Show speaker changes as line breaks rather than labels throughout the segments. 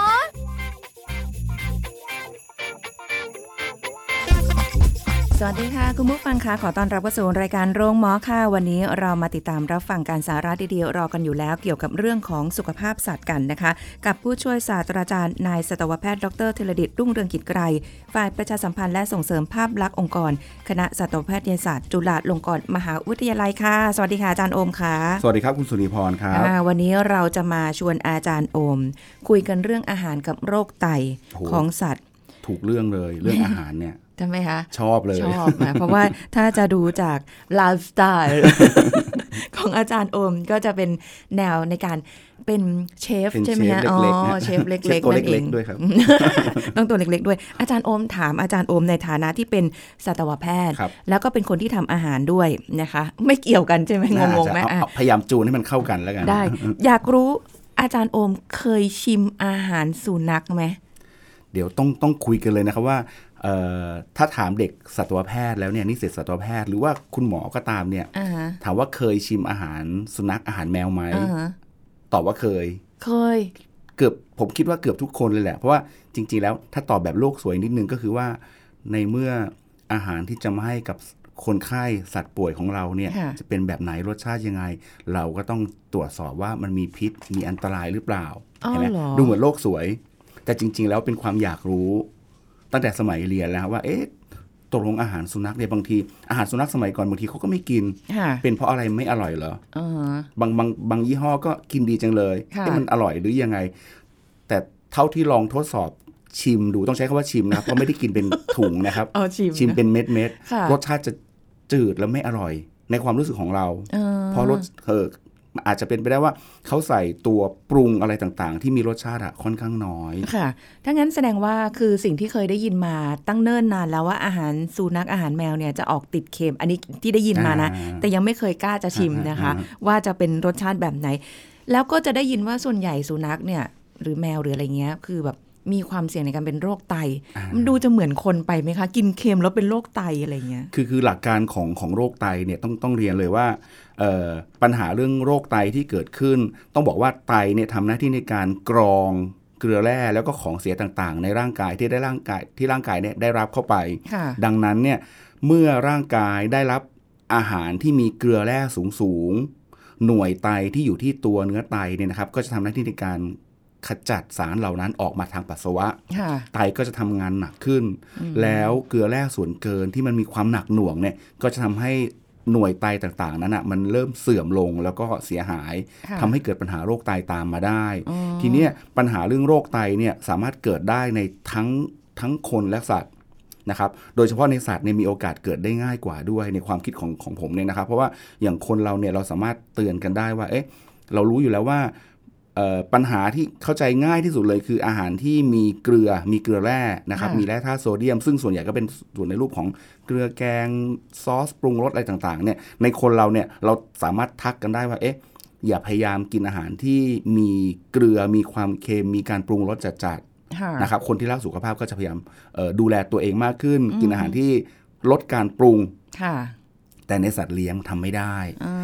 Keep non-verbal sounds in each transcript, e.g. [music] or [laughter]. ล
สวัสดีค่ะ คุณผู้ฟังคะขอต้อนรับเข้าสู่รายการโรงหมอค่ะ วันนี้เรามาติดตามรับฟังการสาระดีๆรอกันอยู่แล้ว เกี่ยวกับเรื่องของสุขภาพสัตว์กันนะคะ กับผู้ช่วยศาสตราจารย์นายสัตวแพทย์ดรเทเลดิตรุ่งเรืองกิจไกรฝ่ายประชาสัมพันธ์และส่งเสริมภาพลักษณ์องค์กร คณะสัตวแพทยศาสตร์จุฬาลงกรณ์มหาวิทยาลัยค่ะ สวัสดีค่ะอาจารย์โอมค่ะ
สวัสดีครับ คุณสุนีพรครับ
อ่าวันนี้เราจะมาชวนอาจารย์โอม คุยกันเรื่องอาหารกับโรคไต
โอ้โห
ของสัตว์
ถูกเรื่องเลยเรื่องอาหาร
[laughs]
เนี่ย
ใช่ไหมคะ
ชอบเลย
ชอบ
[laughs]
นะ เพราะว่าถ้าจะดูจากไลฟ์สไตล์ ของอาจารย์โอมก็จะเป็นแนวในการเป็นเชฟ
เป็น
ใช่ไหมฮะ
เช
อ๋
ฟเล็กๆ
อ
ฮะ
เชฟเล็ก
เชฟตัว
นั่นเอง
เล็กๆด้วยครับ
[laughs] ต้องตัวเล็กๆด้วย อาจารย์โอมถามอาจารย์โอมในฐานะที่เป็นสัตวแพทย์
ครับ
แล้วก็เป็นคนที่ทำอาหารด้วยนะคะ ไม่เกี่ยวกันใช่ไหมง
น่าจะ
งๆไหม
เอา
อ่ะ
เอาพยายามจูนให้มันเข้ากันแล้วกัน
ได้ อยากรู้อาจารย์โอมเคยชิมอาหารสุนัขไหม
เดี๋ยวต้องต้องคุยกันเลยนะครับว่าเอ่อถ้าถามเด็กสัตวแพทย์แล้วเนี่ยนิสิตสัตวแพทย์หรือว่าคุณหมอก็ตามเนี่ย
อ่าฮะ
ถามว่าเคยชิมอาหารสุนัขอาหารแมวไหม
อ่าฮะ
ตอบว่าเคย
เคย
เกือบผมคิดว่าเกือบทุกคนเลยแหละ เพราะว่าจริง ๆ แล้วถ้าตอบแบบโลกสวยนิดนึงก็คือว่า ในเมื่ออาหารที่จะมาให้กับคนไข้สัตว์ป่วยของเราเนี่ย
ค่ะ
จะเป็นแบบไหนรสชาติยังไง เราก็ต้องตรวจสอบว่ามันมีพิษมีอันตรายหรือเปล่า
อ้าว
เห็นไหม
เหรอ
ดูเหมือนโลกสวย แต่จริง ๆ แล้วเป็นความอยากรู้ ตั้งแต่สมัยเรียนแล้วว่าเอ๊ะตกลงอาหารสุนัขเนี่ยบางทีอาหารสุนัขสมัยก่อนบางทีเขาก็ไม่กิน
ค่ะ
เป็นเพราะอะไรไม่อร่อยเหรอ
อ่าฮะ
บางบางบางยี่ห้อก็กินดีจังเลย
ค่ะ
เอ๊ะมันอร่อยหรือยังไง แต่เท่าที่ลองทดสอบชิมดูต้องใช้คำว่าชิมนะครับ [laughs] เพราะไม่ได้กินเป็นถุงนะครับ
เอาชิม
ชิม
นะ
เป็นเม็ดเม็ดๆ
ค่ะ
รสชาติจะจืดและไม่อร่อย ในความรู้สึกของเรา
อ่า
เพราะรสเอออาจจะเป็นไปได้ว่าเขาใส่ตัวปรุงอะไรต่างๆ ที่มีรสชาติอะค่อนข้างน้อย
ค่ะ ถ้างั้นแสดงว่าคือสิ่งที่เคยได้ยินมาตั้งเนิ่นนานแล้วว่าอาหารสุนัขอาหารแมวเนี่ยจะออกติดเค็ม อันนี้ที่ได้ยินมานะ
อ่า
แต่ยังไม่เคยกล้าจะชิมนะคะ
อ่า
ว่าจะเป็นรสชาติแบบไหน แล้วก็จะได้ยินว่าส่วนใหญ่สุนัขเนี่ย หรือแมวหรืออะไรเงี้ย คือแบบมีความเสี่ยงในการเป็นโรคไต มันดูจะเหมือนคนไปไหมคะ กินเค็มแล้วเป็นโรคไตอะไรเงี้ย
คือคือหลักการของของโรคไตเนี่ยต้องต้องเรียนเลยว่าเอ่อปัญหาเรื่องโรคไตที่เกิดขึ้น ต้องบอกว่าไตเนี่ยทำหน้าที่ในการกรองเกลือแร่แล้วก็ของเสียต่างๆ ในร่างกายที่ได้ร่างกายที่ร่างกายเนี่ยได้รับเข้าไป
ค่ะ
ดังนั้นเนี่ยเมื่อร่างกายได้รับอาหารที่มีเกลือแร่สูงสูงๆหน่วยไตที่อยู่ที่ตัวเนื้อไตเนี่ยนะครับก็จะทำหน้าที่ในการขจัดสารเหล่านั้นออกมาทางปัสสาวะ
ค่ะ
ไตก็จะทำงานหนักขึ้น แล้วเกลือแร่ส่วนเกินที่มันมีความหนักหน่วงเนี่ยก็จะทำให้หน่วยไตต่างๆ นั้นอ่ะมันเริ่มเสื่อมลงแล้วก็เสียหาย
ค่ะ
ทำให้เกิดปัญหาโรคไตตามมาได้
อ๋อ
ทีเนี้ยปัญหาเรื่องโรคไตเนี่ยสามารถเกิดได้ในทั้งทั้งคนและสัตว์นะครับ โดยเฉพาะในสัตว์เนี่ยมีโอกาสเกิดได้ง่ายกว่าด้วยในความคิดของของผมเนี่ยนะครับ เพราะว่าอย่างคนเราเนี่ยเราสามารถเตือนกันได้ว่า เอ๊ะเรารู้อยู่แล้วว่าเอ่อปัญหาที่เข้าใจง่ายที่สุดเลยคืออาหารที่มีเกลือมีเกลือแร่นะครับ
ค่ะ
มีแร่ธาตุโซเดียม ซึ่งส่วนใหญ่ก็เป็นส่วนในรูปของเกลือแกงซอสปรุงรสอะไรต่างๆเนี่ยในคนเราเนี่ยเราสามารถทักกันได้ว่าเอ๊ะ อย่าพยายามกินอาหารที่มีเกลือมีความเค็มมีการปรุงรสจัด
ค่ะ
ๆนะครับ คนที่รักสุขภาพก็จะพยายามเอ่อดูแลตัวเองมากขึ้น กินอาหารที่ลดการปรุง
ค่ะ
แต่ในสัตว์เลี้ยงทำไม่ได้
อ่า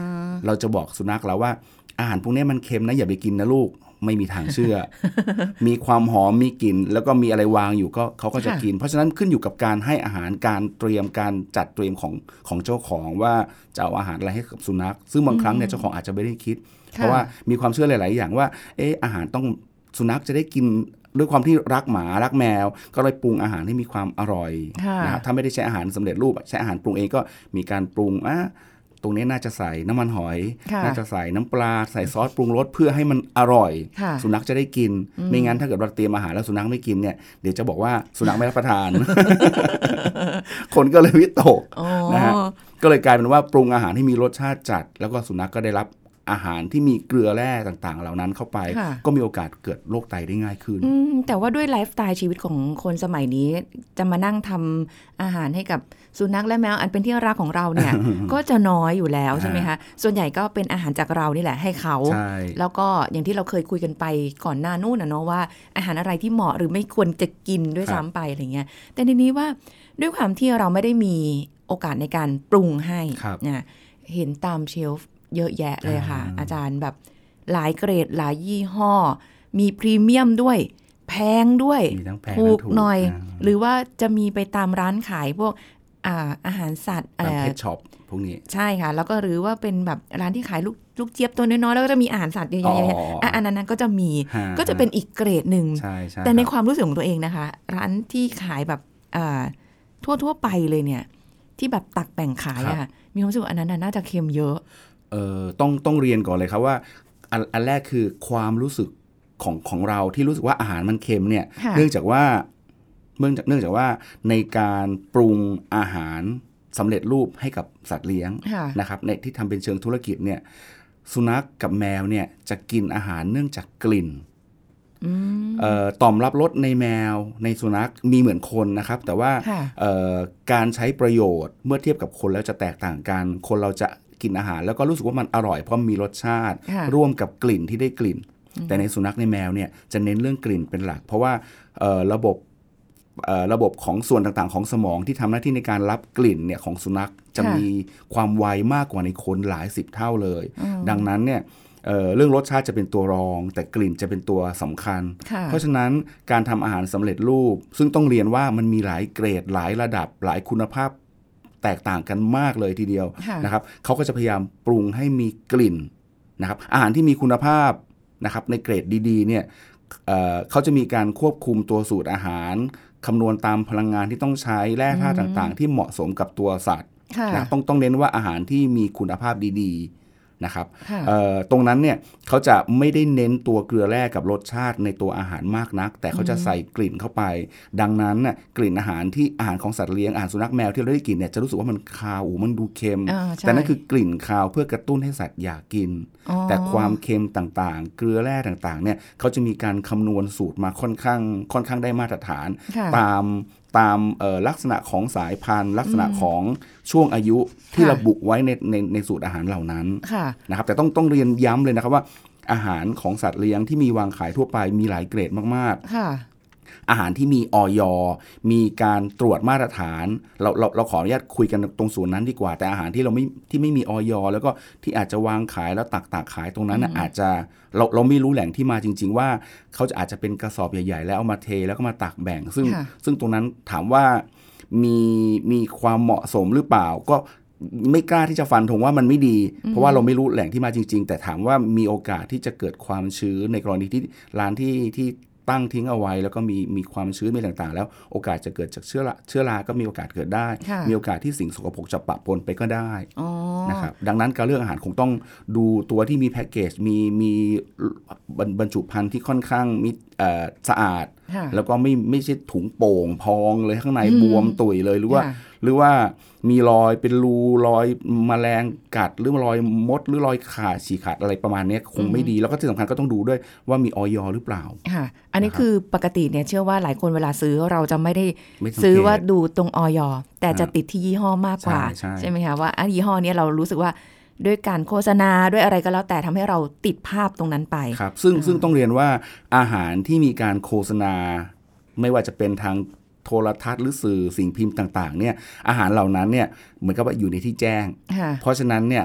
เราจะบอกสุนัขเราว่า อาหารพวกนี้มันเค็มนะอย่าไปกินนะลูกไม่มีทางเชื่อ [laughs] มีความหอมมีกลิ่นแล้วก็มีอะไรวางอยู่ก็เขาก็จะกิน เพราะฉะนั้นขึ้นอยู่กับการให้อาหารการเตรียมการจัดเตรียมของของเจ้าของว่าจะเอาอาหารอะไรให้กับสุนัข ซึ่งบางครั้งเนี่ยเจ้าของอาจจะไม่ได้คิด เพราะว่ามีความเชื่อหลาย ๆ อย่างว่า เอออาหารต้องสุนัขจะได้กินด้วยความที่รักหมารักแมว ก็เลยปรุงอาหารให้มีความอร่อย
ค่ะ
นะครับถ้าไม่ได้ใช้อาหารสำเร็จรูปใช้อาหารปรุงเองก็มีการปรุงอ่ะตรงนี้น่าจะใส่น้ำมันหอย
ค่ะ
น่าจะใส่น้ำปลาใส่ซอสปรุงรสเพื่อให้มันอร่อย
ค่ะ
สุนัขจะได้กิน ไม่งั้นถ้าเกิดเราเตรียมอาหารแล้วสุนัขไม่กินเนี่ยเดี๋ยวจะบอกว่าสุนัขไม่รับประ
[laughs]
ทาน [laughs] คนก็เลยวิตก
อ๋อ
นะฮะ ก็เลยกลายเป็นว่าปรุงอาหารให้มีรสชาติจัด แล้วก็สุนัขก็ได้รับ อาหารที่มีเกลือแร่ต่างๆ เหล่านั้นเข้าไป
ค่ะ
ก็มีโอกาสเกิดโรคไตได้ง่ายขึ้น
อืมแต่ว่าด้วยไลฟ์สไตล์ชีวิตของคนสมัยนี้ จะมานั่งทำอาหารให้กับสุนัขและแมวอันเป็นที่รักของเรา [laughs] เนี่ย ก็จะน้อยอยู่แล้วใช่ไหมคะส่วนใหญ่ก็เป็นอาหารจากเรานี่แหละให้เขา
ใช่
แล้วก็อย่างที่เราเคยคุยกันไปก่อนหน้านู่นนะเนาะว่า อาหารอะไรที่เหมาะหรือไม่ควรจะกินด้วยซ้ำไปอะไรเงี้ยแต่ทีนี้ว่าด้วยความที่เราไม่ได้มีโอกาสในการปรุงให้
ครับ
นะเห็นตามเชลฟ์เยอะแยะเลยค่ะ
อ่า
อาจารย์แบบหลายเกรดหลายยี่ห้อ มีพรีเมียมด้วย แพงด้วย
มีทั้งแพง
ถูก
ทั้ง
หน่อย
า
หรือว่าจะมีไปตามร้านขายพวกอ่าอาหารสัตว์
ตาม
เอ่อ
เพชช็อปพวกนี้
ใช่ค่ะ แล้วก็หรือว่าเป็นแบบร้านที่ขายลูกลูกเจี๊ยบตัวน้อยๆแล้วก็จะมีอาหารสัตว์ใหญ่ๆ
อ๋ออ๋ออ๋ออ่
อ่ะอันนั้นๆก็จะมี
ฮะ
ก็จะเป็นอีกเกรดหนึ่ง
ใช่ใช่
แต่ใน
ค
ครับ วามรู้สึกของตัวเองนะคะ ร้านที่ขายแบบอ่าทั่วๆไปเลยเนี่ย ที่แบบตักแบ่งขายอะค่ะมีความรู้สึกว่าอันนั้นน่ะน่าจะเค็มเยอะ
เอ่อต้องต้องเรียนก่อนเลยครับว่าอันอันแรกคือความรู้สึกของของเราที่รู้สึกว่าอาหารมันเค็มเนี่ย
ค่ะ
เนื่องจากว่าเนื่องจากเนื่องจากว่าในการปรุงอาหารสำเร็จรูปให้กับสัตว์เลี้ยง
ค่ะ
นะครับในที่ทำเป็นเชิงธุรกิจเนี่ยสุนัขกกับแมวเนี่ยจะกินอาหารเนื่องจากกลิ่น
อืม
เอ่อต่อมรับรสในแมวในสุนัขมีเหมือนคนนะครับ แต่ว่า
ค่ะ
เอ่อการใช้ประโยชน์เมื่อเทียบกับคนแล้วจะแตกต่างกัน คนเราจะกินอาหาร แล้วก็รู้สึกว่ามันอร่อยเพราะมีรสชาติ
ค่ะ
ร่วมกับกลิ่นที่ได้กลิ่น แต่ในสุนัขในแมวเนี่ยจะเน้นเรื่องกลิ่นเป็นหลัก เพราะว่าเอ่อระบบเอ่อระบบของส่วนต่างๆ ของสมองที่ทำหน้าที่ในการรับกลิ่นเนี่ยของสุนัขจะ
ค่ะ
มีความไวมากกว่าในคนหลายสิบเท่าเลย
อืม
ดังนั้นเนี่ยเอ่อเรื่องรสชาติจะเป็นตัวรอง แต่กลิ่นจะเป็นตัวสำคัญ
ค่ะ
เพราะฉะนั้นการทำอาหารสำเร็จรูป ซึ่งต้องเรียนว่ามันมีหลายเกรดหลายระดับหลายคุณภาพแตกต่างกันมากเลยทีเดียว
ค่ะ
นะครับเขาก็จะพยายามปรุงให้มีกลิ่นนะครับอาหารที่มีคุณภาพนะครับในเกรดดีๆเนี่ยเอ่อเขาจะมีการควบคุมตัวสูตรอาหารคำนวณตามพลังงานที่ต้องใช้แร่ธาตุต่างๆ ที่เหมาะสมกับตัวสัตว์
ค่ะ
นะต้องต้องเน้นว่าอาหารที่มีคุณภาพดีๆนะครับ
ค่ะ
เอ่อตรงนั้นเนี่ยเขาจะไม่ได้เน้นตัวเกลือแร่กับรสชาติในตัวอาหารมากนัก แต่เขาจะใส่กลิ่นเข้าไป ดังนั้นน่ะกลิ่นอาหารที่อาหารของสัตว์เลี้ยงอาหารสุนัขแมวที่เราได้กลิ่นเนี่ยจะรู้สึกว่ามันคาวอูมันดูเค็ม
อ่าใช่
แต่นั่นคือกลิ่นคาวเพื่อกระตุ้นให้สัตว์อยากกิน
อ๋อ
แต่ความเค็มต่างๆ เกลือแร่ต่างๆเนี่ยเขาจะมีการคำนวณสูตรมาค่อนข้าง ค่อนข้างได้มาตรฐาน
ค่ะ
ตามตามเอ่อลักษณะของสายพันธุ์ ลักษณะ
อืม
ของช่วงอายุที่
ค่ะ
ระบุไว้ในในในสูตรอาหารเหล่านั้น
ค่ะ
นะครับ แต่ต้องต้องเรียนย้ำเลยนะครับว่า อาหารของสัตว์เลี้ยงที่มีวางขายทั่วไปมีหลายเกรดมากๆ
ค่ะ
อาหารที่มีออยมีการตรวจมาตรฐาน เราเราเราขออนุญาตคุยกันตรงส่วนนั้นดีกว่า แต่อาหารที่เราไม่ที่ไม่มีออยแล้วก็ที่อาจจะวางขายแล้วตักตากขายตรงนั้นน่ะอาจจะเราเราไม่รู้แหล่งที่มาจริง ๆ ว่าเขาจะอาจจะเป็นกระสอบใหญ่ ๆ แล้วเอามาเทแล้วก็มาตักแบ่ง ซึ่ง
ค่ะ
ซึ่งตรงนั้นถามว่ามีมีความเหมาะสมหรือเปล่า ก็ไม่กล้าที่จะฟันธงว่ามันไม่ดี เพราะว่าเราไม่รู้แหล่งที่มาจริง ๆ แต่ถามว่ามีโอกาสที่จะเกิดความชื้นในกรณีที่ร้านที่ที่ ตั้งทิ้งเอาไว้แล้วก็มีมีความชื้นมีต่างๆ แล้วโอกาสจะเกิดจากเชื้อราเชื้อราก็มีโอกาสเกิดได้
ค่ะ
มีโอกาสที่สิ่งสกปรกจะปะปนไปก็ได้
อ๋อ
นะครับดังนั้นการเลือกอาหารคงต้องดูตัวที่มีแพ็กเกจมีมีบรรบรรจุภัณฑ์ที่ค่อนข้างมีเอ่อสะอาด
ค่ะ
แล้วก็ไม่ไม่ใช่ถุงโป่งพองเลยข้างใน
อืม
บวมตุยเลยหรือว่า
ค่ะ
หรือว่ามีรอยเป็นรูรอยแมลงกัด หรือรอยมด หรือรอยขาดฉีกขาดอะไรประมาณเนี้ยคงไม่ดีแล้วก็ที่สำคัญก็ต้องดูด้วยว่ามีออยหรือเปล่า
ค่ะ อันนี้
นะครับ
คือปกติเนี่ยเชื่อว่าหลายคนเวลาซื้อเราจะไม่ได้
ไม่สังเกต
ซื้อว่าดูตรงออยแต่จะ
ฮะ
ติดที่ยี่ห้อมากกว่า
ใช่ใช่
ใช่ไหมคะว่าอ่ะยี่ห้อเนี้ยเรารู้สึกว่าด้วยการโฆษณาด้วยอะไรก็แล้วแต่ทำให้เราติดภาพตรงนั้นไป
ครับซึ่งซึ่งต้องเรียนว่าอาหารที่มีการโฆษณา ไม่ว่าจะเป็นทางโทรทัศน์หรือสื่อสิ่งพิมพ์ต่างๆเนี่ยอาหารเหล่านั้นเนี่ยเหมือนกับว่าอยู่ในที่แจ้ง
ค่ะ
เพราะฉะนั้นเนี่ย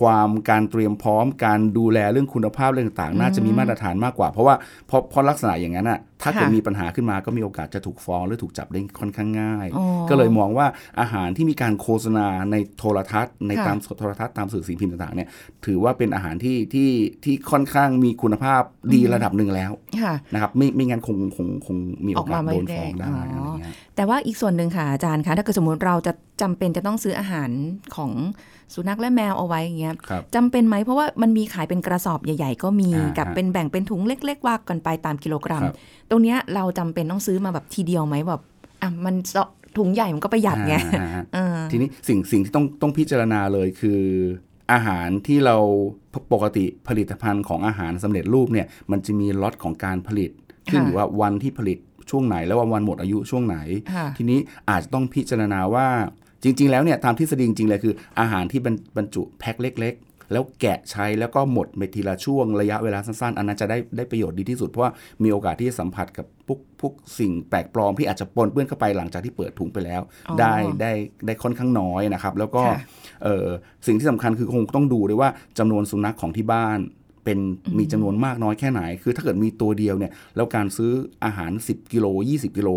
ความการเตรียมพร้อมการดูแลเรื่องคุณภาพเรื่องต่างๆ น่าจะมีมาตรฐานมากกว่า เพราะว่าเพราะเพราะลักษณะอย่างนั้นอ่ะถ้าเกิด
ค่ะ
มีปัญหาขึ้นมาก็มีโอกาสจะถูกฟ้องหรือถูกจับได้ค่อนข้างง่าย
อ๋อ
ก็เลยมองว่าอาหารที่มีการโฆษณาในโทรทัศน์ ใน
ค่ะ
ตามโทรทัศน์ตามสื่อสิ่งพิมพ์ต่างๆเนี่ยถือว่าเป็นอาหารที่ที่ที่ค่อนข้างมีคุณภาพดี
อืม
ระดับหนึ่งแล้ว
ค่ะ
นะครับไม่ไม่งั้นคงคงคงมีโอกา
อ
ส
อกมาไม่
โดน
ได้
ฟ้องได้
อ๋ออ
อะไรเงี้ย
แต่ว่าอีกส่วนหนึ่งค่ะอาจารย์คะถ้าเกิดสมมติเราจะจำเป็นจะต้องซื้ออาหารของสุนัขและแมวเอาไว้อย่างเงี้ย
ครับ
จำเป็นไหมเพราะว่ามันมีขายเป็นกระสอบใหญ่ ๆ ก็มี
อ่าฮะ
กับเป็นแบ่งเป็นถุงเล็ก ๆวางกันไปตามกิโลกรัม
ครับ
ตรงเนี้ยเราจำเป็นต้องซื้อมาแบบทีเดียวไหมแบบอ่ะมันถุงใหญ่มันก็ประหยัดไง
อ่าฮะ
เออ
ทีนี้สิ่งสิ่งที่ต้องต้องพิจารณาเลยคือ อาหารที่เราปกติผลิตภัณฑ์ของอาหารสำเร็จรูปเนี่ยมันจะมีล็อตของการผลิต ขึ้นอยู่ว่าวันที่ผลิตช่วงไหน แล้วว่าวันหมดอายุช่วงไหน
ค่ะ
ทีนี้อาจจะต้องพิจารณาว่าจริง ๆ แล้วเนี่ยตามทฤษฎีจริง ๆ เลยคือ อาหารที่บรรบรรจุแพ็คเล็ก ๆ แล้วแกะใช้แล้วก็หมดไปทีละช่วงระยะเวลาสั้นๆ อันนั้นจะได้ได้ประโยชน์ดีที่สุด เพราะว่ามีโอกาสที่จะสัมผัสกับพวกพวกสิ่งแปลกปลอมที่อาจจะปนเปื้อนเข้าไปหลังจากที่เปิดถุงไปแล้ว
อ๋อ
ได้ได้ได้ค่อนข้างน้อยนะครับ แล้วก็
ค่ะ
เอ่อสิ่งที่สำคัญคือคงต้องดูด้วยว่าจำนวนสุนัขของที่บ้าน เป็นมีจำนวนมากน้อยแค่ไหน คือถ้าเกิดมีตัวเดียวเนี่ย แล้วการซื้ออาหาร 10 กิโล 20 [laughs] กิโล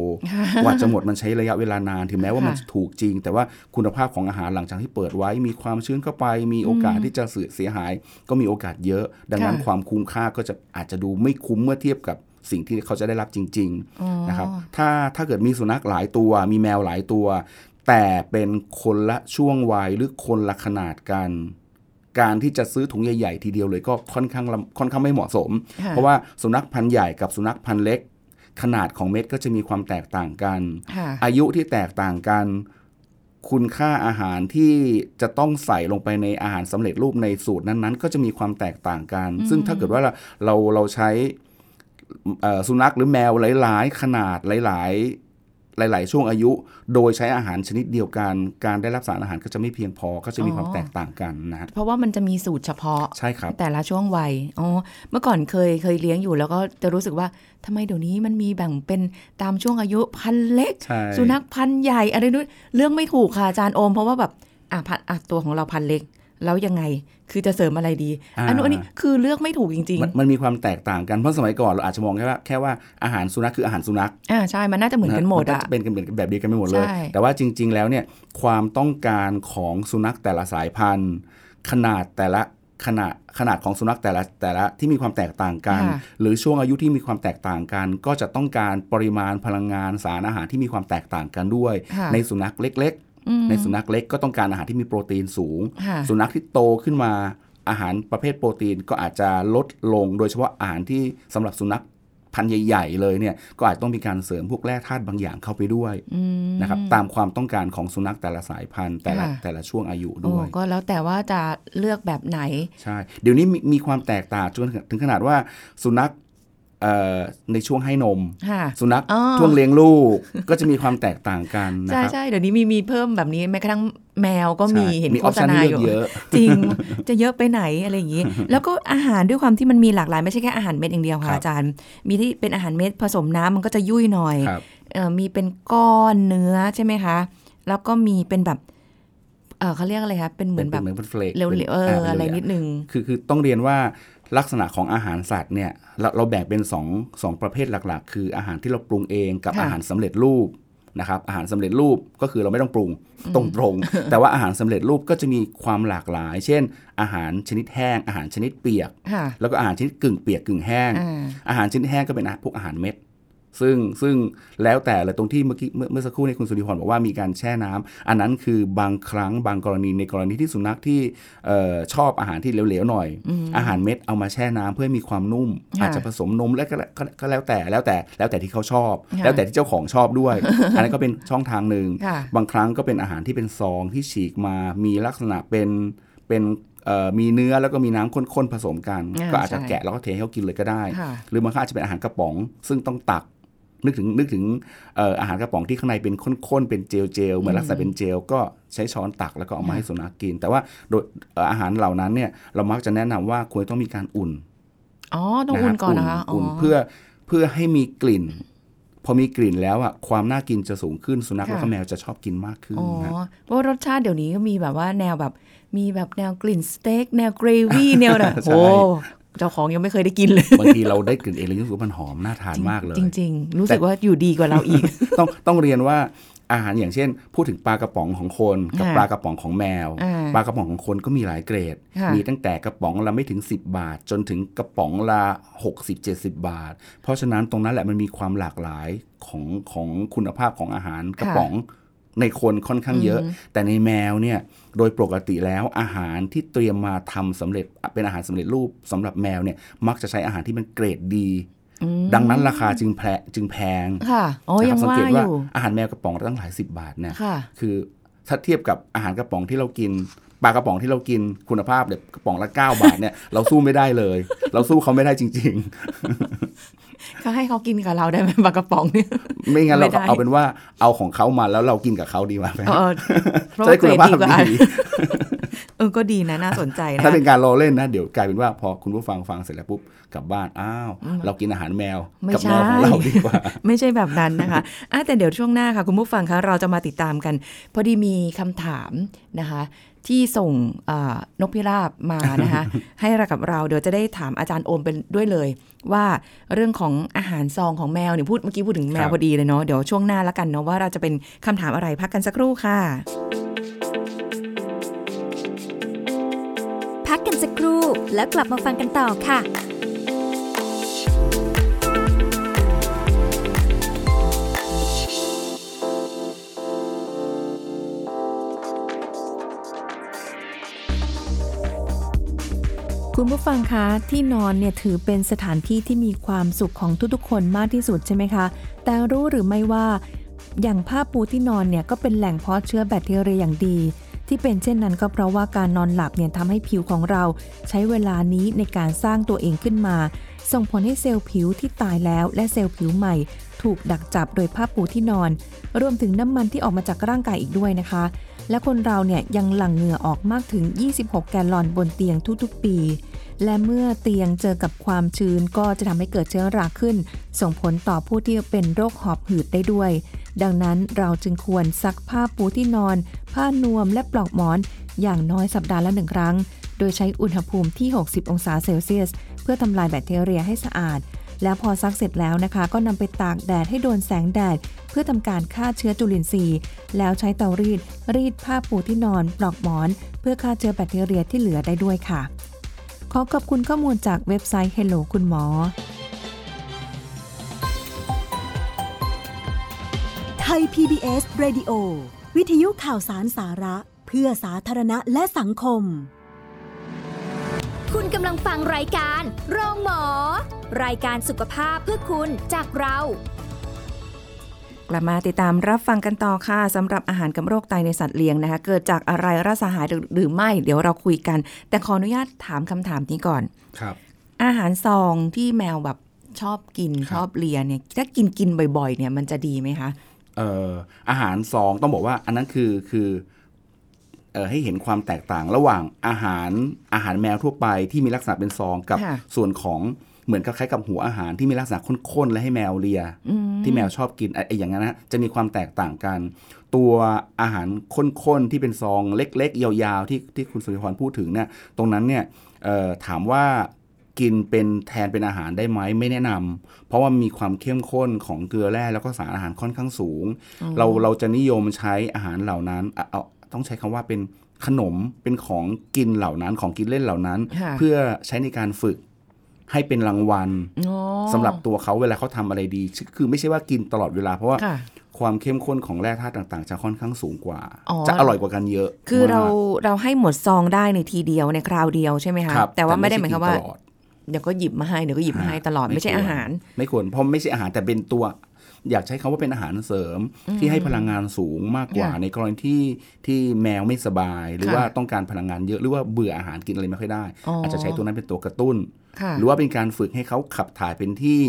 กว่าจะหมดมันใช้ระยะเวลานาน ถึงแม้ว่ามัน
ค่ะ
จะถูกจริง แต่ว่าคุณภาพของอาหารหลังจากที่เปิดไว้ มีความชื้นเข้าไป มีโอกาสที่จะเสียหาย ก็มีโอกาสเยอะ ดังนั้นความคุ้มค่าก็จะอาจจะดูไม่คุ้มเมื่อเทียบกับสิ่งที่เขาจะได้รับจริง ๆ
อ๋อ
นะครับถ้าถ้าเกิดมีสุนัขหลายตัว มีแมวหลายตัว แต่เป็นคนละช่วงวัยหรือคนละขนาดกัน การที่จะซื้อถุงใหญ่ ๆ ทีเดียวเลยก็ค่อนข้างลำค่อนข้างไม่เหมาะสม
ค่ะ
เพราะว่าสุนัขพันธุ์ใหญ่กับสุนัขพันธุ์เล็ก ขนาดของเม็ดก็จะมีความแตกต่างกัน
ค่ะ
อายุที่แตกต่างกัน คุณค่าอาหารที่จะต้องใส่ลงไปในอาหารสำเร็จรูปในสูตรนั้นๆ ก็จะมีความแตกต่างกัน
อืม
ซึ่งถ้าเกิดว่าเราเราเราใช้เอ่อสุนัขหรือแมวหลาย ๆ ขนาดหลาย ๆ หลาย ๆ ช่วงอายุ โดยใช้อาหารชนิดเดียวกัน การได้รับสารอาหารก็จะไม่เพียงพอก็จะมีความแตกต่างกันนะฮะ
เพราะว่ามันจะมีสูตรเฉพาะ
ใช่ครับ
แต่ละช่วงวัย อ๋อ เมื่อก่อนเคยเคยเลี้ยงอยู่แล้วก็จะรู้สึกว่าทำไมเดี๋ยวนี้มันมีแบ่งเป็นตามช่วงอายุพันธุ์เล็ก
ใช่
สุนัขพันธุ์ใหญ่อะไรนู้นเรื่องไม่ถูกค่ะอาจารย์โอม เพราะว่าแบบอ่ะพันอ่ะตัวของเราพันธุ์เล็ก แล้วยังไงคือจะเสริมอะไรดี อันนู้นอันนี้คือเลือกไม่ถูกจริง
มันมันมีความแตกต่างกันเพราะสมัยก่อนเราอาจจะมองแค่ว่าแค่ว่าอาหารสุนัขคืออาหารสุนัข
ๆ อ่าใช่มันน่าจะเหมือนกันหมด
ก็
อ่ะ
จะเป็นกันเหมือนแบบเดียวกันไปหมดเลย
ใช่
แต่ว่าจริง ๆ แล้วเนี่ยความต้องการของสุนัขแต่ละสายพันธุ์ ขนาดแต่ละขนาดขนาดของสุนัขแต่ละแต่ละที่มีความแตกต่างกัน
ค่ะ
หรือช่วงอายุที่มีความแตกต่างกัน ก็จะต้องการปริมาณพลังงานสารอาหารที่มีความแตกต่างกันด้วย
ค่ะ
ในสุนัขเล็ก
อืม
ๆ ในสุนัขเล็กก็ต้องการอาหารที่มีโปรตีนสูง
ค่ะ
สุนัขที่โตขึ้นมาอาหารประเภทโปรตีนก็อาจจะลดลง โดยเฉพาะอาหารที่สำหรับสุนัขพันธุ์ใหญ่ ๆ เลยเนี่ยก็อาจต้องมีการเสริมพวกแร่ธาตุบางอย่างเข้าไปด้วย
อืม
นะครับตามความต้องการของสุนัขแต่ละสายพันธุ์แต่ละ
ค่ะ
แต่ละช่วงอายุ
โอ้
ด้วย
ก็แล้วแต่ว่าจะเลือกแบบไหน
ใช่ เดี๋ยวนี้มีมีความแตกต่างจนถึงขนาดว่าสุนัขเอ่อในช่วงให้นม
ค่ะ
สุนัข
อ๋อ
ช่วงเลี้ยงลูก ก็จะมีความแตกต่างกันนะ
ใช่
ครับ
ใช่เดี๋ยวนี้มีมีเพิ่มแบบนี้แม้กระทั่งแมวก็มีเห็น
มีอ
โฆ
อป
ษ
ชัน
ณา
ให้
อ
เลือก
ยู่
เยอะ
จริง จะเยอะไปไหนอะไรอย่างนี้
[laughs]
แล้วก็อาหารด้วยความที่มันมีหลากหลายไม่ใช่แค่อาหารเม็ดอย่างเดียว
ครั
ค่ะ
บ
อาจารย์ มีที่เป็นอาหารเม็ดผสมน้ำมันก็จะยุ่ยหน่อย
ครับ
เอ่อมีเป็นก้อนเนื้อใช่ไหมคะ แล้วก็มีเป็นแบบเอ่อเขาเรียกอะไรคะเป็นเหมือนแบบ
เหมือนเป็นเฟลก
เหลวๆเอออะไรนิดนึง
คือคือต้องเรียนว่าลักษณะของอาหารสัตว์เนี่ยเราเราแบ่งเป็นสองสองประเภทหลักๆ คืออาหารที่เราปรุงเองกับ
ค่ะ
อาหารสำเร็จรูปนะครับอาหารสำเร็จรูปก็คือเราไม่ต้องปรุงตรงตรงๆแต่ว่าอาหารสำเร็จรูปก็จะมีความหลากหลาย เช่น อาหารชนิดแห้ง อาหารชนิดเปียก
ค่ะ
แล้วก็อาหารชนิดกึ่งเปียกกึ่งแห้ง
อ่า
อาหารชนิดแห้งก็เป็นอาหารพวกอาหารเม็ด ซึ่งซึ่งแล้วแต่เลยตรงที่เมื่อกี้เมื่อเมื่อสักครู่เนยคุณสุริพรบอกว่ามีการแช่น้ำอันนั้นคือบางครั้งบางกรณีในกรณีที่สุนัขที่เออชอบอาหารที่เหลวๆหน่อย อาหารเม็ดเอามาแช่น้ำเพื่อให้มีความนุ่ม
ค่ะ
อาจจะผสมนมและก็แล้วก็ก็แล้วแต่แล้วแต่แล้วแต่ที่เขาชอบ
ค่ะ
แล้วแต่ที่เจ้าของชอบด้วย
[laughs]
อันนั้นก็เป็นช่องทางหนึ่ง
ค่ะ
บางครั้งก็เป็นอาหารที่เป็นซองที่ฉีกมามีลักษณะเป็นเป็นเอ่อมีเนื้อแล้วก็มีน้ำข้นๆผสมกัน
อ่า
ก็อาจจะ
ใช่
แกะแล้วก็เทให้เขากินเลยก็ได้
ค่ะ
หรือบางครั้งอาจจะเป็นอาหารกระป๋อง ซึ่งต้องตัก นึกถึงนึกถึงเอ่ออาหารกระป๋องที่ข้างในเป็นข้นๆเป็นเจลเจลเหมือนลักษณะเป็นเจลก็ใช้ช้อนตักแล้วก็เอา
ค่ะ
มาให้สุนัขกิน แต่ว่าโดยเอ่ออาหารเหล่านั้นเนี่ยเรามักจะแนะนำว่าควรต้องมีการอุ่น
อ๋อต้องอุ่นก่อนนะคะ
รับอุ่นเพื่อเพื่อให้มีกลิ่น พอมีกลิ่นแล้วอ่ะความน่ากินจะสูงขึ้นสุนัขแล้วก็แมวจะชอบกินมากขึ้น
อ๋อ
นะ
เพราะว่ารสชาติเดี๋ยวนี้ก็มีแบบว่าแนวแบบ มีแบบแนวกลิ่นสเต็กแนวเกร
[laughs]
วี่แนวแบบโอ้เจ้าของยังไม่เคยได้กินเลย
บางทีเราได้กลิ่นเองแล้วรู้สึกว่ามันหอมน่าทานมากเลย
จริง ๆ รู้สึกว่าอยู่ดีกว่าเราอีก
ต้องต้องเรียนว่าอาหารอย่างเช่น พูดถึงปลากระป๋องของคนกับ
อ่า
ปลากระป๋องของแมว
อ่า
ปลากระป๋องของคนก็มีหลายเกรด
ค่ะ
มีตั้งแต่กระป๋องละไม่ถึง 10 บาท จนถึงกระป๋องละ 60-70 บาท เพราะฉะนั้นตรงนั้นแหละมันมีความหลากหลายของของคุณภาพของอาหารกระป๋องในคนค่อนข้างเยอะ แต่ในแมวเนี่ยโดยปกติแล้วอาหารที่เตรียมมาทำสำเร็จเป็นอาหารสำเร็จรูปสำหรับแมวเนี่ยมักจะใช้อาหารที่มันเกรดดี
อืม
ดังนั้นราคาจึงแพงจึงแพง
ค่ะอ๋อ
นะค
ยั
รั
ง
บสัง
ว่า
เกต
อ
ว่า
ยู่
อาหารแมวกระป๋องละตั้งหลายสิบบาทเนะ
ค่ะ
คือถ้าเทียบกับอาหารกระป๋องที่เรากิน ปลากระป๋องที่เรากินคุณภาพแบบกระป๋องละ 9 บาทเนี่ย เราสู้ไม่ได้เลย [laughs] เราสู้เขาไม่ได้จริง
เขาให้เขากินกับเราได้ไหมปลากระป๋องเนี่ย
ๆ ไม่งั้น
ไม่
เรา
ได้
เอาเป็นว่าเอาของเขามาแล้วเรากินกับเขาดีกว่าไหม
เออเพราะ
จะได้คุณภาพ
เกรดกว่
ดี
เออก็ดีนะน่าสนใจนะ [laughs]
ถ้าเป็นการรอเล่นนะ เดี๋ยวกลายเป็นว่าพอคุณผู้ฟังฟังเสร็จแล้วปุ๊บกลับบ้าน อ้าว เรากินอาหารแมว
ไม่
กัแม
ใช่
วของเราดีกว่า
[laughs] ไม่ใช่แบบนั้นนะคะอ่ะแต่เดี๋ยวช่วงหน้าค่ะคุณผู้ฟังคะเราจะมาติดตามกัน พอดีมีคำถามนะคะ ที่ส่งเอ่อนกพิราบมานะคะ ให้เรากับเราเดี๋ยวจะได้ถามอาจารย์โอมไปด้วยเลย ว่าเรื่องของอาหารซองของแมวเนี่ยพูดเมื่อกี้พูดถึงแม
ครั
ว
บ
พอดีเลยเนาะเดี๋ยวช่วงหน้าละกันเนาะว่าเราจะเป็นคำถามอะไรพักกันสักครู่ค่ะ
พักกันสักครู่ แล้วกลับมาฟังกันต่อค่ะ
คุณผู้ฟังคะที่นอนเนี่ยถือเป็นสถานที่ที่มีความสุขของทุกๆ คนมากที่สุดใช่ไหมคะ แต่รู้หรือไม่ว่า อย่างผ้าปูที่นอนเนี่ยก็เป็นแหล่งเพาะเชื้อแบคทีเรียอย่างดี ที่เป็นเช่นนั้นก็เพราะว่าการนอนหลับเนี่ยทำให้ผิวของเรา ใช้เวลานี้ในการสร้างตัวเองขึ้นมา ส่งผลให้เซลล์ผิวที่ตายแล้วและเซลล์ผิวใหม่ ถูกดักจับโดยผ้าปูที่นอน รวมถึงน้ำมันที่ออกมาจากร่างกายอีกด้วยนะคะ และคนเราเนี่ยยังหลั่งเหงื่อออกมากถึง 26 แกลลอนบนเตียงทุกๆ ปี และเมื่อเตียงเจอกับความชื้นก็จะทำให้เกิดเชื้อราขึ้น ส่งผลต่อผู้ที่เป็นโรคหอบหืดได้ด้วย ดังนั้นเราจึงควรซักผ้าปูที่นอน ผ้านวมและปลอกหมอน อย่างน้อยสัปดาห์ละหนึ่งครั้ง โดยใช้อุณหภูมิที่ 60 องศาเซลเซียส เพื่อทำลายแบคทีเรียให้สะอาด แล้วพอซักเสร็จแล้วนะคะ ก็นำไปตากแดดให้โดนแสงแดด เพื่อทำการฆ่าเชื้อจุลินทรีย์ แล้วใช้เตารีด รีดผ้าปูที่นอน ปลอกหมอน เพื่อฆ่าเชื้อแบคทีเรียที่เหลือได้ด้วยค่ะ ขอขอบคุณข้อมูลจากเว็บไซต์ Hello คุณหมอ
ไทย PBS Radio วิทยุข่าวสารสาระ เพื่อสาธารณะและสังคม
คุณกำลังฟังรายการโรงหมอ รายการสุขภาพเพื่อคุณจากเรา
กลับมาติดตามรับฟังกันต่อค่ะสำหรับอาหารกับโรคไตในสัตว์เลี้ยงนะคะ เกิดจากอะไรรักษาหายหรือไม่ เดี๋ยวเราคุยกัน แต่ขออนุญาตถามคำถามนี้ก่อน
ครับ
อาหารซองที่แมวแบบชอบกิน
ครับ
ชอบเลียเนี่ยถ้ากินกินบ่อยๆ เนี่ยมันจะดีไหมคะ
เอ่ออาหารซองต้องบอกว่าอันนั้นคือคือเอ่อให้เห็นความแตกต่างระหว่างอาหารอาหารแมวทั่วไปที่มีลักษณะเป็นซองกับ
ค่ะ
ส่วนของเหมือนคล้ายๆกับหัวอาหารที่มีลักษณะข้นๆและให้แมวเลีย
อืม
ที่แมวชอบกินไอไอ้อย่างนั้นนะจะมีความแตกต่างกัน ตัวอาหารข้นๆที่เป็นซองเล็ก ๆ ยาวๆ ที่ที่คุณสุริพรพูดถึงเนี่ยตรงนั้นเนี่ยเอ่อถามว่ากินเป็นแทนเป็นอาหารได้ไหมไม่แนะนำเพราะว่ามีความเข้มข้นของเกลือแร่แล้วก็สารอาหารค่อนข้างสูง
อ๋อ
เราเราจะนิยมใช้อาหารเหล่านั้นอ่ะเอาต้องใช้คำว่าเป็นขนมเป็นของกินเหล่านั้นของกินเล่นเหล่านั้น
ค่ะ
เพื่อใช้ในการฝึกให้เป็นรางวัล
อ๋อ
สำหรับตัวเขาเวลาเขาทำอะไรดี คือไม่ใช่ว่ากินตลอดเวลา เพราะว่า
ค่ะ
ความเข้มข้นของแร่ธาตุต่างๆ จะค่อนข้างสูงกว่า
อ๋อ
จะอร่อยกว่ากันเยอะ
คือเรา
มก
เราให้หมดซองได้ในทีเดียวในคราวเดียวใช่ไหมคะ
ครับ
แต่ว่าไม่ได้หมายค
ใช่
วามว่า
กินตลอด
เดี๋ยวก็หยิบมาให้เดี๋ยวก็หยิบมาให้ตลอดไม่ใช่
ควร
อาหาร
ไม่ควรเพราะไม่ใช่อาหารแต่เป็นตัว อยากใช้คำว่าเป็นอาหารเสริมที่ให้พลังงานสูงมากกว่า
ค่ะ
ในกรณีที่ที่แมวไม่สบาย หรือ
ค่ะ
ว่าต้องการพลังงานเยอะหรือว่าเบื่ออาหารกินอะไรไม่ค่อยได้
อ๋ออ
อาจจะใช้ตัวนั้นเป็นตัวกระตุ้น
ค่ะ
หรือว่าเป็นการฝึกให้เขาขับถ่ายเป็นที่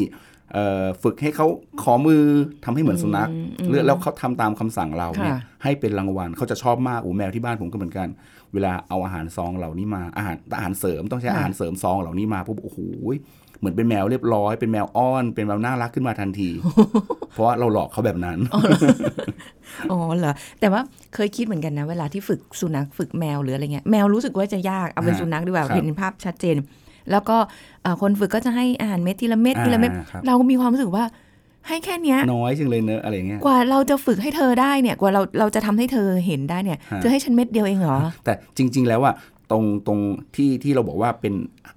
เอ่อฝึกให้เขาขอมือทำให้เหมือนสุนัข
อืมอืม
หรือแล้วเขาทำตามคำสั่งเราเนี่ย
ค่ะ
ให้เป็นรางวัลเขาจะชอบมากอูแมวที่บ้านผมก็เหมือนกัน เวลาเอาอาหารซองเหล่านี้มาอาหารอาหารเสริมต้องใช้อาหารเสริมซองเหล่านี้มาปุ๊บโอ้โหเหมือนเป็นแมวเรียบร้อย เป็นแมวอ้อน เป็นแมวน่ารักขึ้นมาทันที เพราะว่าเราหลอกเขาแบบนั้น
อ๋อเหรอแต่ว่าเคยคิดเหมือนกันนะ เวลาที่ฝึกสุนัขฝึกแมวหรืออะไรเงี้ยแมวรู้สึกว่าจะยากเอาเป็น
ฮะ
สุนัขดีกว่า
ครับ
เห็นภาพชัดเจน แล้วก็เอ่อคนฝึกก็จะให้อาหารเม็ดทีละเม็ดทีละเม็ด
อ่าครับ
เราก็มีความรู้สึกว่า ให้แค่เนี้ย
น้อยจังเลยเนอะอะไรอย่างเงี้ย
กว่าเราจะฝึกให้เธอได้เนี่ย กว่าเราเราจะทำให้เธอเห็นได้เนี่ย
ฮะ
เธอให้ฉันเม็ดเดียวเองเหรอ
แต่จริง ๆ แล้วว่าตรงตรงที่ที่เราบอกว่าเป็น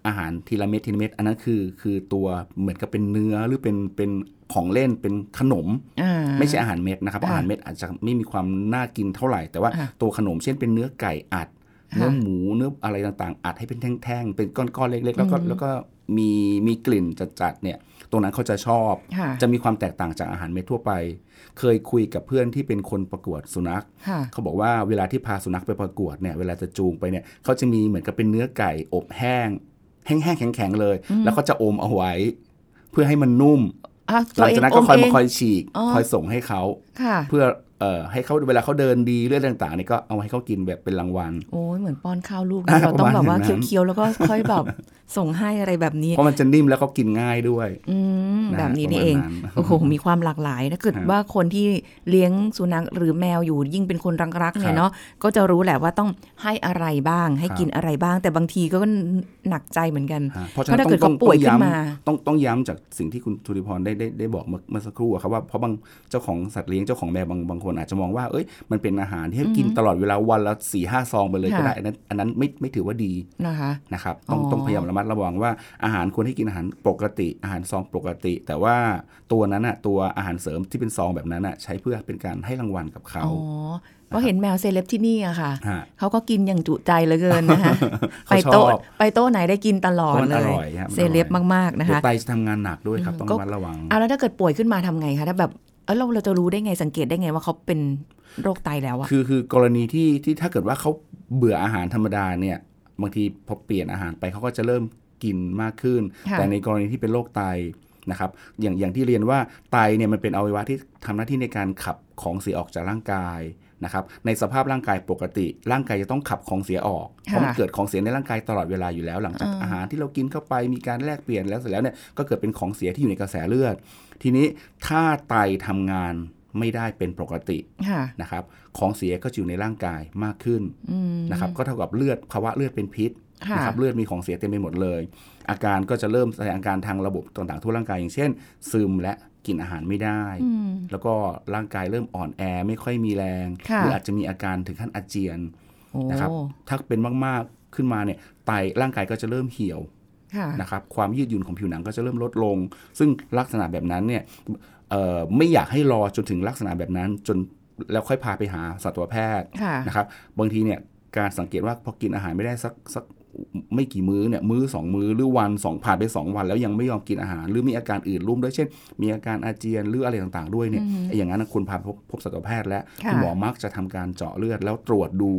อาหารทีละเม็ดทีละเม็ดอันนั้นคือคือตัวเหมือนกับเป็นเนื้อหรือเป็นเป็นของเล่นเป็นขนม
อ่า
ไม่ใช่อาหารเม็ดนะครับเพราะ
อ่า
อาหารเม็ดอาจจะไม่มีความน่ากินเท่าไหร่ แต่ว่า
อ่า
ตัวขนมเช่นเป็นเนื้อไก่อัด
ะ
เนื้อหมูเนื้ออะไรต่างๆ อัดให้เป็นแท่งๆ เป็นก้อนๆเล็กๆ แล้วก็
อืม
แล้วก็มีมีกลิ่นจัดๆเนี่ย ตรงนั้นเขาจะชอบ
ค่ะ
จะมีความแตกต่างจากอาหารเม็ดทั่วไป เคยคุยกับเพื่อนที่เป็นคนประกวดสุนัข
ค่ะ
เขาบอกว่าเวลาที่พาสุนัขไปประกวดเนี่ยเวลาจะจูงไปเนี่ยเขาจะมีเหมือนกับเป็นเนื้อไก่อบแห้ง แห้งๆแข็งๆเลย
อืม
แล้วก็จะอมเอาไว้ เพื่อให้มันนุ่ม
อ่ะ
หลังจากนั้นก็ค
ตั
อ
วย เง
มาคอยฉีก
อ๋อ
คอยส่งให้เขา
ค่ะ
เพื่อเอ่อให้เขาเวลาเขาเดินดีเรื่องต่างๆเนี่ยก็เอาให้เขากินแบบเป็นรางวัล
โอ้ยเหมือนป้อนข้าวลูก
อ่ะ
นะเราต้อง
ป
แบ
ระ
บ
มาณ
ว่า
นั้น
เคี้ยวๆ แล้วก็ค่อยแบบส่งให้อะไรแบบนี้
เพราะมันจะนิ่มแล้วเขากินง่ายด้วย
อืม
ะฮะ
แบบนี้นี่
ประมาณ
เอง
นั้น
โอ้โห มีความหลากหลายถ้าเกิด
ครับ
ว่าคนที่เลี้ยงสุนัขหรือแมวอยู่ยิ่งเป็นคนรักๆเนี่
ครั
ย
บ
เนาะก็จะรู้แหละว่าต้องให้อะไรบ้าง ให้
ครับ
กินอะไรบ้าง แต่บางทีก็หนักใจเหมือนกัน
ฮะเพราะฉะนั้น
เพราะถ้า
ต้
เกิ
อ
ด
งต้อง
เขาป่วย
ต้อง
ขึ้นมา
ย้ำต้องต้องย้ำจากสิ่งที่คุณธุริพรได้ได้ได้บอกเมื่อเมื่อสักครู่อะครับว่าเพราะบางเจ้าของสัตว์เลี้ยงเจ้าของแมวบางบางคนอาจจะมองว่าเอ้ยมันเป็นอาหารที่ให้กินตลอดเวลาวันละสี่ห้าซองไปเลยก็ได้อันนั้นอันนั้นไม่ไม่ถือว่าดี
นะคะ
นะครับต้อง
อ๋อ
ต้องพยายามระมัดระวังว่าอาหารควรให้กินอาหารปกติ อาหารซองปกติ แต่ว่าตัวนั้นอ่ะตัวอาหารเสริมที่เป็นซองแบบนั้นอ่ะใช้เพื่อเป็นการให้รางวัลกับเขา
อ๋อเพราะเห็นแมวเซเลบที่นี่อะค่ะ
ฮะ
เขาก็กินอย่างจุใจเหลือเกิน
[laughs]
นะคะ ไป
เขาชอบ
โต๊ะไปโต๊ะไหนได้กินตลอด
เพราะมัน
เล
อย ร่อยฮะมันอร่อย
เซเลบมากๆนะ
เดี๋ยว
คะ
ไตจะทำงานหนักด้วยครับต้อง
ก็
ระมัดระวัง
อ่ะแล้วถ้าเกิดป่วยขึ้นมาทำไงคะถ้าแบบเออเราเราจะรู้ได้ไงสังเกตได้ไงว่าเขาเป็นโรคไตแล้วอะ
คือคือกรณีที่ที่ถ้าเกิดว่าเขาเบื่ออาหารธรรมดาเนี่ยบางทีพอเปลี่ยนอาหารไปเขาก็จะเริ่มกินมากขึ้น
ค่ะ
แต่ในกรณีที่เป็นโรคไตนะครับอย่างอย่างที่เรียนว่าไตเนี่ยมันเป็นอวัยวะที่ทำหน้าที่ในการขับของเสียออกจากร่างกายนะครับในสภาพร่างกายปกติ ร่างกายจะต้องขับของเสียออกเพราะมันเกิดของเสียในร่างกายตลอดเวลาอยู่แล้ว หลังจากอาหารที่เรากินเข้าไปมีการแลกเปลี่ยนแล้วเสร็จแล้วเนี่ยก็เกิดเป็นของเสียที่อยู่ในกระแสเลือด ทีนี้ถ้าไตทำงานไม่ได้เป็นปกติ
ค่ะ
นะครับของเสียก็จะอยู่ในร่างกายมากขึ้น
อืม
นะครับก็เท่ากับเลือดภาวะเลือดเป็นพิษ
ค่ะ
นะครับเลือดมีของเสียเต็มไปหมดเลย อาการก็จะเริ่มแสดงอาการทางระบบต่างๆทั่วร่างกายอย่างเช่น ซึมและกินอาหารไม่ได้
อืม
แล้วก็ร่างกายเริ่มอ่อนแอไม่ค่อยมีแรง
ค่ะ
หรืออาจจะมีอาการถึงขั้นอาเจียน
โอ้
นะครับ ถ้าเป็นมากๆขึ้นมาเนี่ยไตร่างกายก็จะเริ่มเหี่ยว
ค่ะ
นะครับความยืดหยุ่นของผิวหนังก็จะเริ่มลดลง ซึ่งลักษณะแบบนั้นเนี่ยเอ่อไม่อยากให้รอจนถึงลักษณะแบบนั้น จนแล้วค่อยพาไปหาสัตวแพทย์
ค่ะ
นะครับบางทีเนี่ยการสังเกตว่าพอกินอาหารไม่ได้สักสักไม่กี่มื้อเนี่ยมื้อสองมื้อหรือวันสองผ่านไปสองวัน แล้วยังไม่ยอมกินอาหาร หรือมีอาการอื่นร่วมด้วยเช่น มีอาการอาเจียนหรืออะไรต่างๆด้วยเนี่ย
อือฮึ
ไอ้อย่างนั้นนะควรพาพบพบสัตวแพทย์และ
ค่ะ
คุณหมอมักจะทำการเจาะเลือด แล้วตรวจดู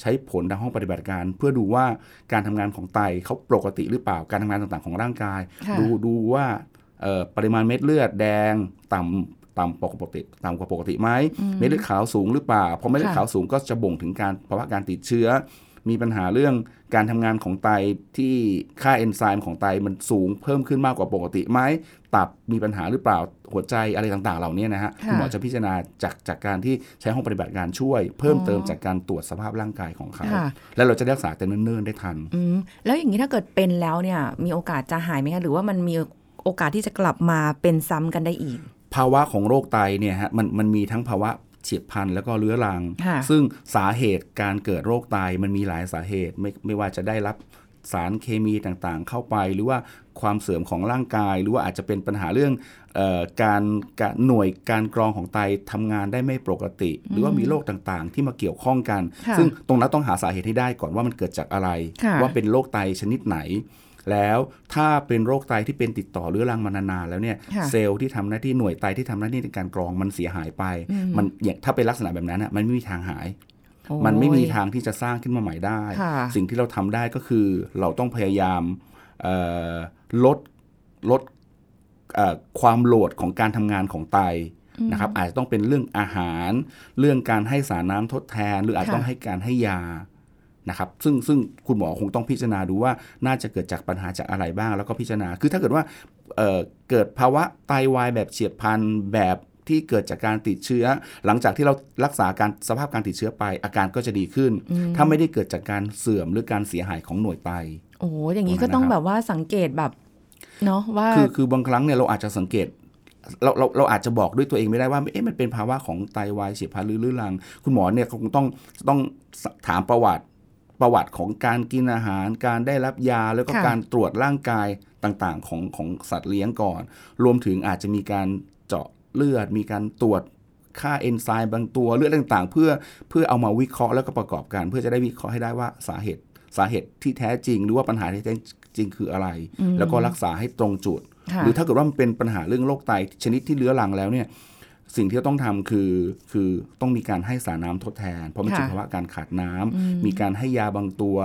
ใช้ผลทางห้องปฏิบัติการ เพื่อดูว่าการทำงานของไตเขาปกติหรือเปล่าการทำงานต่างๆของร่างกาย
ค่ะ
ดูดูว่าเอ่อปริมาณเม็ดเลือดแดงต่ำต่ำปกติต่ำกว่าปกติไหม
อืม
เม็ดเลือดขาวสูงหรือเปล่าพอเม็ดเลือด
ค่ะ
ขาวสูงก็จะบ่งถึงการภาวะการติดเชื้อ มีปัญหาเรื่องการทำงานของไตที่ค่าเอนไซม์ของไตมันสูงเพิ่มขึ้นมากกว่าปกติไหมตับมีปัญหาหรือเปล่าหัวใจอะไรต่างๆ เหล่านี้นะฮะ
ค่ะ
คุณหมอจะพิจารณาจากจากการที่ใช้ห้องปฏิบัติการช่วย เพิ่ม
อ๋อ
เติมจากการตรวจสภาพร่างกายของเขา
ค่ะ
และเราจะได้รักษาแต่เนิ่นๆได้ทัน
อืมแล้วอย่างนี้ถ้าเกิดเป็นแล้วเนี่ย มีโอกาสจะหายไหมคะหรือว่ามันมีโอกาสที่จะกลับมาเป็นซ้ำกันได้อีก
ภาวะของโรคไตเนี่ยฮะมันมันมีทั้งภาวะเฉียบพลันแล้วก็เรื้อรัง
ค่ะ
ซึ่งสาเหตุการเกิดโรคไตมันมีหลายสาเหตุไม่ไม่ว่าจะได้รับสารเคมีต่างๆ เข้าไป หรือว่าความเสื่อมของร่างกาย หรือว่าอาจจะเป็นปัญหาเรื่องเออการการหน่วยการกรองของไตทำงานได้ไม่ปกติ หรือว่ามีโรคต่างๆ ที่มาเกี่ยวข้องกัน
ค่ะ
ซึ่งตรงนั้นต้องหาสาเหตุให้ได้ก่อนว่ามันเกิดจากอะไร
ค่ะ
ว่าเป็นโรคไตชนิดไหน แล้วถ้าเป็นโรคไตที่เป็นติดต่อเรื้อรังมานานๆแล้วเนี่ย
ค่ะ
เซลล์ที่ทำหน้าที่หน่วยไตที่ทำหน้าที่ในการกรองมันเสียหายไป
อืม
มันอย่างถ้าเป็นลักษณะแบบนั้นน่ะมันไม่มีทางหาย
โอ้ย
มันไม่มีทางที่จะสร้างขึ้นมาใหม่ได้
ค่ะ
สิ่งที่เราทำได้ก็คือเราต้องพยายามเอ่อลดลดเอ่อความโหลดของการทำงานของไตนะครับ อาจจะต้องเป็นเรื่องอาหาร เรื่องการให้สารน้ำทดแทน หรืออาจจะ
ค่ะ
ต้องให้การให้ยานะครับ ซึ่งซึ่งคุณหมอคงต้องพิจารณาดูว่าน่าจะเกิดจากปัญหาจากอะไรบ้าง แล้วก็พิจารณา คือถ้าเกิดว่าเอ่อเกิดภาวะไตวายแบบเฉียบพลันแบบที่เกิดจากการติดเชื้อ หลังจากที่เรารักษาการสภาพการติดเชื้อไป อาการก็จะดีขึ้น ถ้าไม่ได้เกิดจากการเสื่อมหรือการเสียหายของหน่วยไต
โอ้โหอย่างนี้ก็ต้องแบบว่าสังเกตแบบเนาะว่า
คือคือบางครั้งเนี่ยเราอาจจะสังเกตเราเราเราอาจจะบอกด้วยตัวเองไม่ได้ว่าเอ๊ะมันเป็นภาวะของไตวายเฉียบพลันหรือเรื้อรัง คุณหมอเนี่ยเขาคงต้องต้องถามประวัติประวัติของการกินอาหาร การได้รับยาแล้วก็
ค่ะ
การตรวจร่างกายต่างๆของของสัตว์เลี้ยงก่อน รวมถึงอาจจะมีการเจาะเลือด มีการตรวจค่าเอนไซม์บางตัวเลือดต่างๆ เพื่อเพื่อเอามาวิเคราะห์แล้วก็ประกอบกัน เพื่อจะได้วิเคราะห์ให้ได้ว่าสาเหตุสาเหตุที่แท้จริง หรือว่าปัญหาที่แท้จริงคืออะไร แล้วก็รักษาให้ตรงจุด
ค่ะ
หรือถ้าเกิดว่ามันเป็นปัญหาเรื่องโรคไตชนิดที่เรื้อรังแล้วเนี่ยสิ่งที่ต้องทำคือคือต้องมีการให้สารน้ำทดแทน เพราะมัน
ค่ะ
เป็นภาวะการขาดน้ำมีการให้ยาบางตัว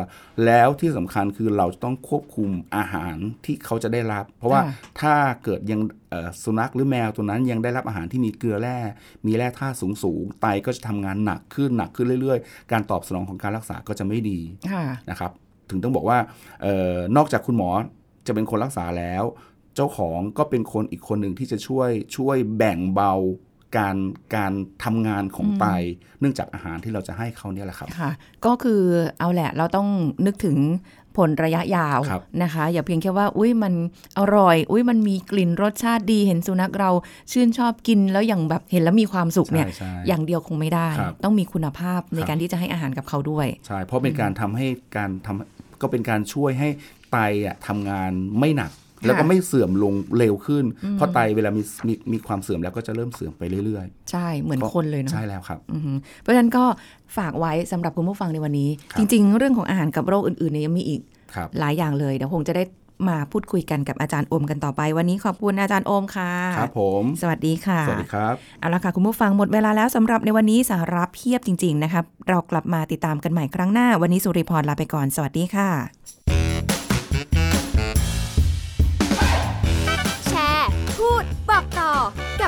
แล้วที่สำคัญคือเราจะต้องควบคุมอาหารที่เขาจะได้รับ เพราะว่า
ค่ะ
ถ้าเกิดยังเอ่อสุนัขหรือแมวตัวนั้นยังได้รับอาหารที่มีเกลือแร่ มีแร่ธาตุสูงสูงๆไตก็จะทำงานหนักขึ้นหนักขึ้นเรื่อยๆ การตอบสนองของการรักษาก็จะไม่ดี
ค่ะ
นะครับถึงต้องบอกว่าเออนอกจากคุณหมอจะเป็นคนรักษาแล้ว เจ้าของก็เป็นคนอีกคนหนึ่งที่จะช่วยช่วยแบ่งเบาการการทำงานของไตเนื่องจากอาหารที่เราจะให้เขาเนี่ยแหละครับ
ค่ะ ก็คือเอาแหละเราต้องนึกถึงผลระยะยาว
ครับ
นะคะ อย่าเพียงแค่ว่า อุ้ยมันอร่อย อุ้ยมันมีกลิ่นรสชาติดีเห็นสุนัขเราชื่นชอบกินแล้วอย่างแบบเห็นแล้วมีความสุขเนี่ย
ใช่ใช่
อย่างเดียวคงไม่ได้
ครับ
ต้องมีคุณภาพในการที่จะให้อาหารกับเขาด้วย
ใช่เพราะเป็นการทำให้การทำก็เป็นการช่วยให้ไตอะทำงานไม่หนัก แล้วก็ไม่เสื่อมลงเร็วขึ้น เพราะไตเวลามีมีมีความเสื่อมแล้วก็จะเริ่มเสื่อมไปเรื่อย
ใช่เหมือน
ก็
คนเลยเนาะ
ใช่แล้วครับ
อือหือเพราะฉะนั้นก็ฝากไว้สำหรับคุณผู้ฟังในวันนี้
ครั
จ
บ
ริง ๆ เรื่องของอาหารกับโรคอื่นๆเนี่ยยังมีอีก
ครับ
หลายอย่างเลยเดี๋ยวคงจะได้มาพูดคุยกันกับอาจารย์โอมกันต่อไป วันนี้ขอบคุณอาจารย์โอมค่ะ
ครับผม
สวัสดีค่ะ
สวัสดีครับ
เอาละค่ะ คุณผู้ฟังหมดเวลาแล้วสำหรับในวันนี้สาระเพียบจริง ๆ นะครับ เรากลับมาติดตามกันใหม่ครั้งหน้า วันนี้สุริพรลาไปก่อน สวัสดีค่ะ
แชร์ พูด บอกต่อ กั